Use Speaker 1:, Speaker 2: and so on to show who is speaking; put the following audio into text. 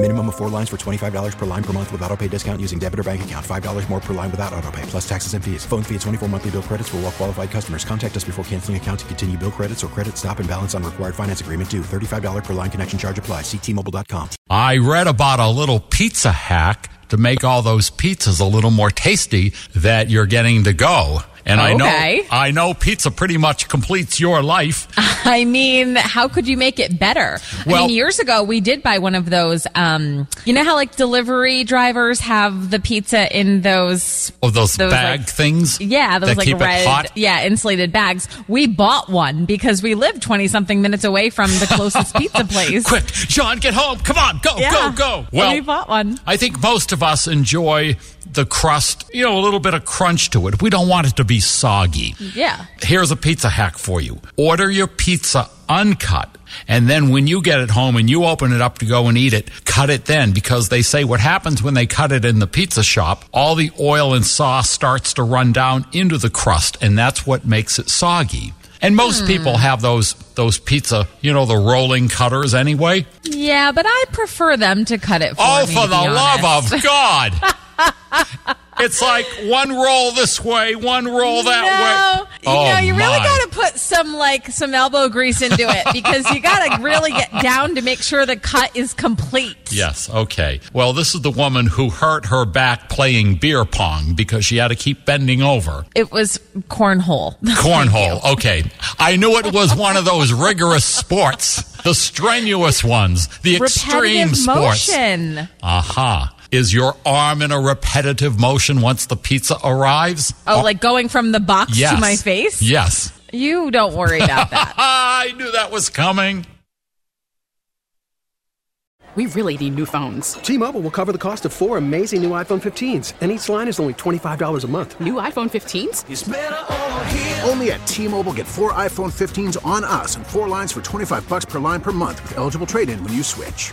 Speaker 1: Minimum of four lines for $25 per line per month with auto pay discount using debit or bank account. $5 more per line without auto pay, plus taxes and fees. Phone fee at 24 monthly bill credits for all well qualified customers. Contact us before canceling account to continue bill credits or credit stop and balance on required finance agreement due. $35 per line connection charge applies. Ctmobile.com.
Speaker 2: I read about a little pizza hack to make all those pizzas a little more tasty that you're getting to go. And
Speaker 3: Okay.
Speaker 2: I know I know pizza pretty much completes your life.
Speaker 3: I mean, how could you make it better? I
Speaker 2: Well-
Speaker 3: mean, years ago we did buy one of those. Um, you know how like delivery drivers have the pizza in those.
Speaker 2: Oh, those,
Speaker 3: Those,
Speaker 2: bag
Speaker 3: like-
Speaker 2: things.
Speaker 3: Yeah, those
Speaker 2: that
Speaker 3: like
Speaker 2: keep
Speaker 3: red,
Speaker 2: it hot.
Speaker 3: yeah, insulated bags. We bought one because we lived twenty something minutes away from the closest pizza place.
Speaker 2: Quick, John, get home. Come on, go,
Speaker 3: Yeah.
Speaker 2: go, go.
Speaker 3: So we bought one.
Speaker 2: I think most of us enjoy the crust, you know, a little bit of crunch to it. We don't want it to be soggy.
Speaker 3: Yeah.
Speaker 2: Here's a pizza hack for you. Order your pizza uncut. And then when you get it home and you open it up to go and eat it, cut it then because they say what happens when they cut it in the pizza shop, all the oil and sauce starts to run down into the crust and that's what makes it soggy. And
Speaker 3: Hmm.
Speaker 2: most people have those those pizza, you know, the rolling cutters anyway.
Speaker 3: Yeah, but I prefer them to cut it. For
Speaker 2: Oh,
Speaker 3: me,
Speaker 2: for
Speaker 3: to
Speaker 2: the
Speaker 3: be honest.
Speaker 2: love of God. it's like one roll this way, one roll that
Speaker 3: no,
Speaker 2: way.
Speaker 3: you know, you really
Speaker 2: Oh, my.
Speaker 3: got to put some like some elbow grease into it because you got to really get down to make sure the cut is complete.
Speaker 2: Yes, okay. Well, this is the woman who hurt her back playing beer pong because she had to keep bending over.
Speaker 3: It was cornhole.
Speaker 2: Cornhole, okay. I knew it was one of those rigorous sports, the strenuous ones, the extreme
Speaker 3: Repetitive
Speaker 2: sports.
Speaker 3: motion.
Speaker 2: Aha. Is your arm in a repetitive motion once the pizza arrives?
Speaker 3: Oh, like going from the box
Speaker 2: Yes.
Speaker 3: to my face?
Speaker 2: Yes.
Speaker 3: You don't worry about that.
Speaker 2: I knew that was coming.
Speaker 4: We really need new phones.
Speaker 5: T-Mobile will cover the cost of four amazing new iPhone 15s, and each line is only $25 a month.
Speaker 4: New iPhone 15s?
Speaker 6: Only at T-Mobile get four iPhone 15s on us and four lines for 25 bucks per line per month with eligible trade-in when you switch.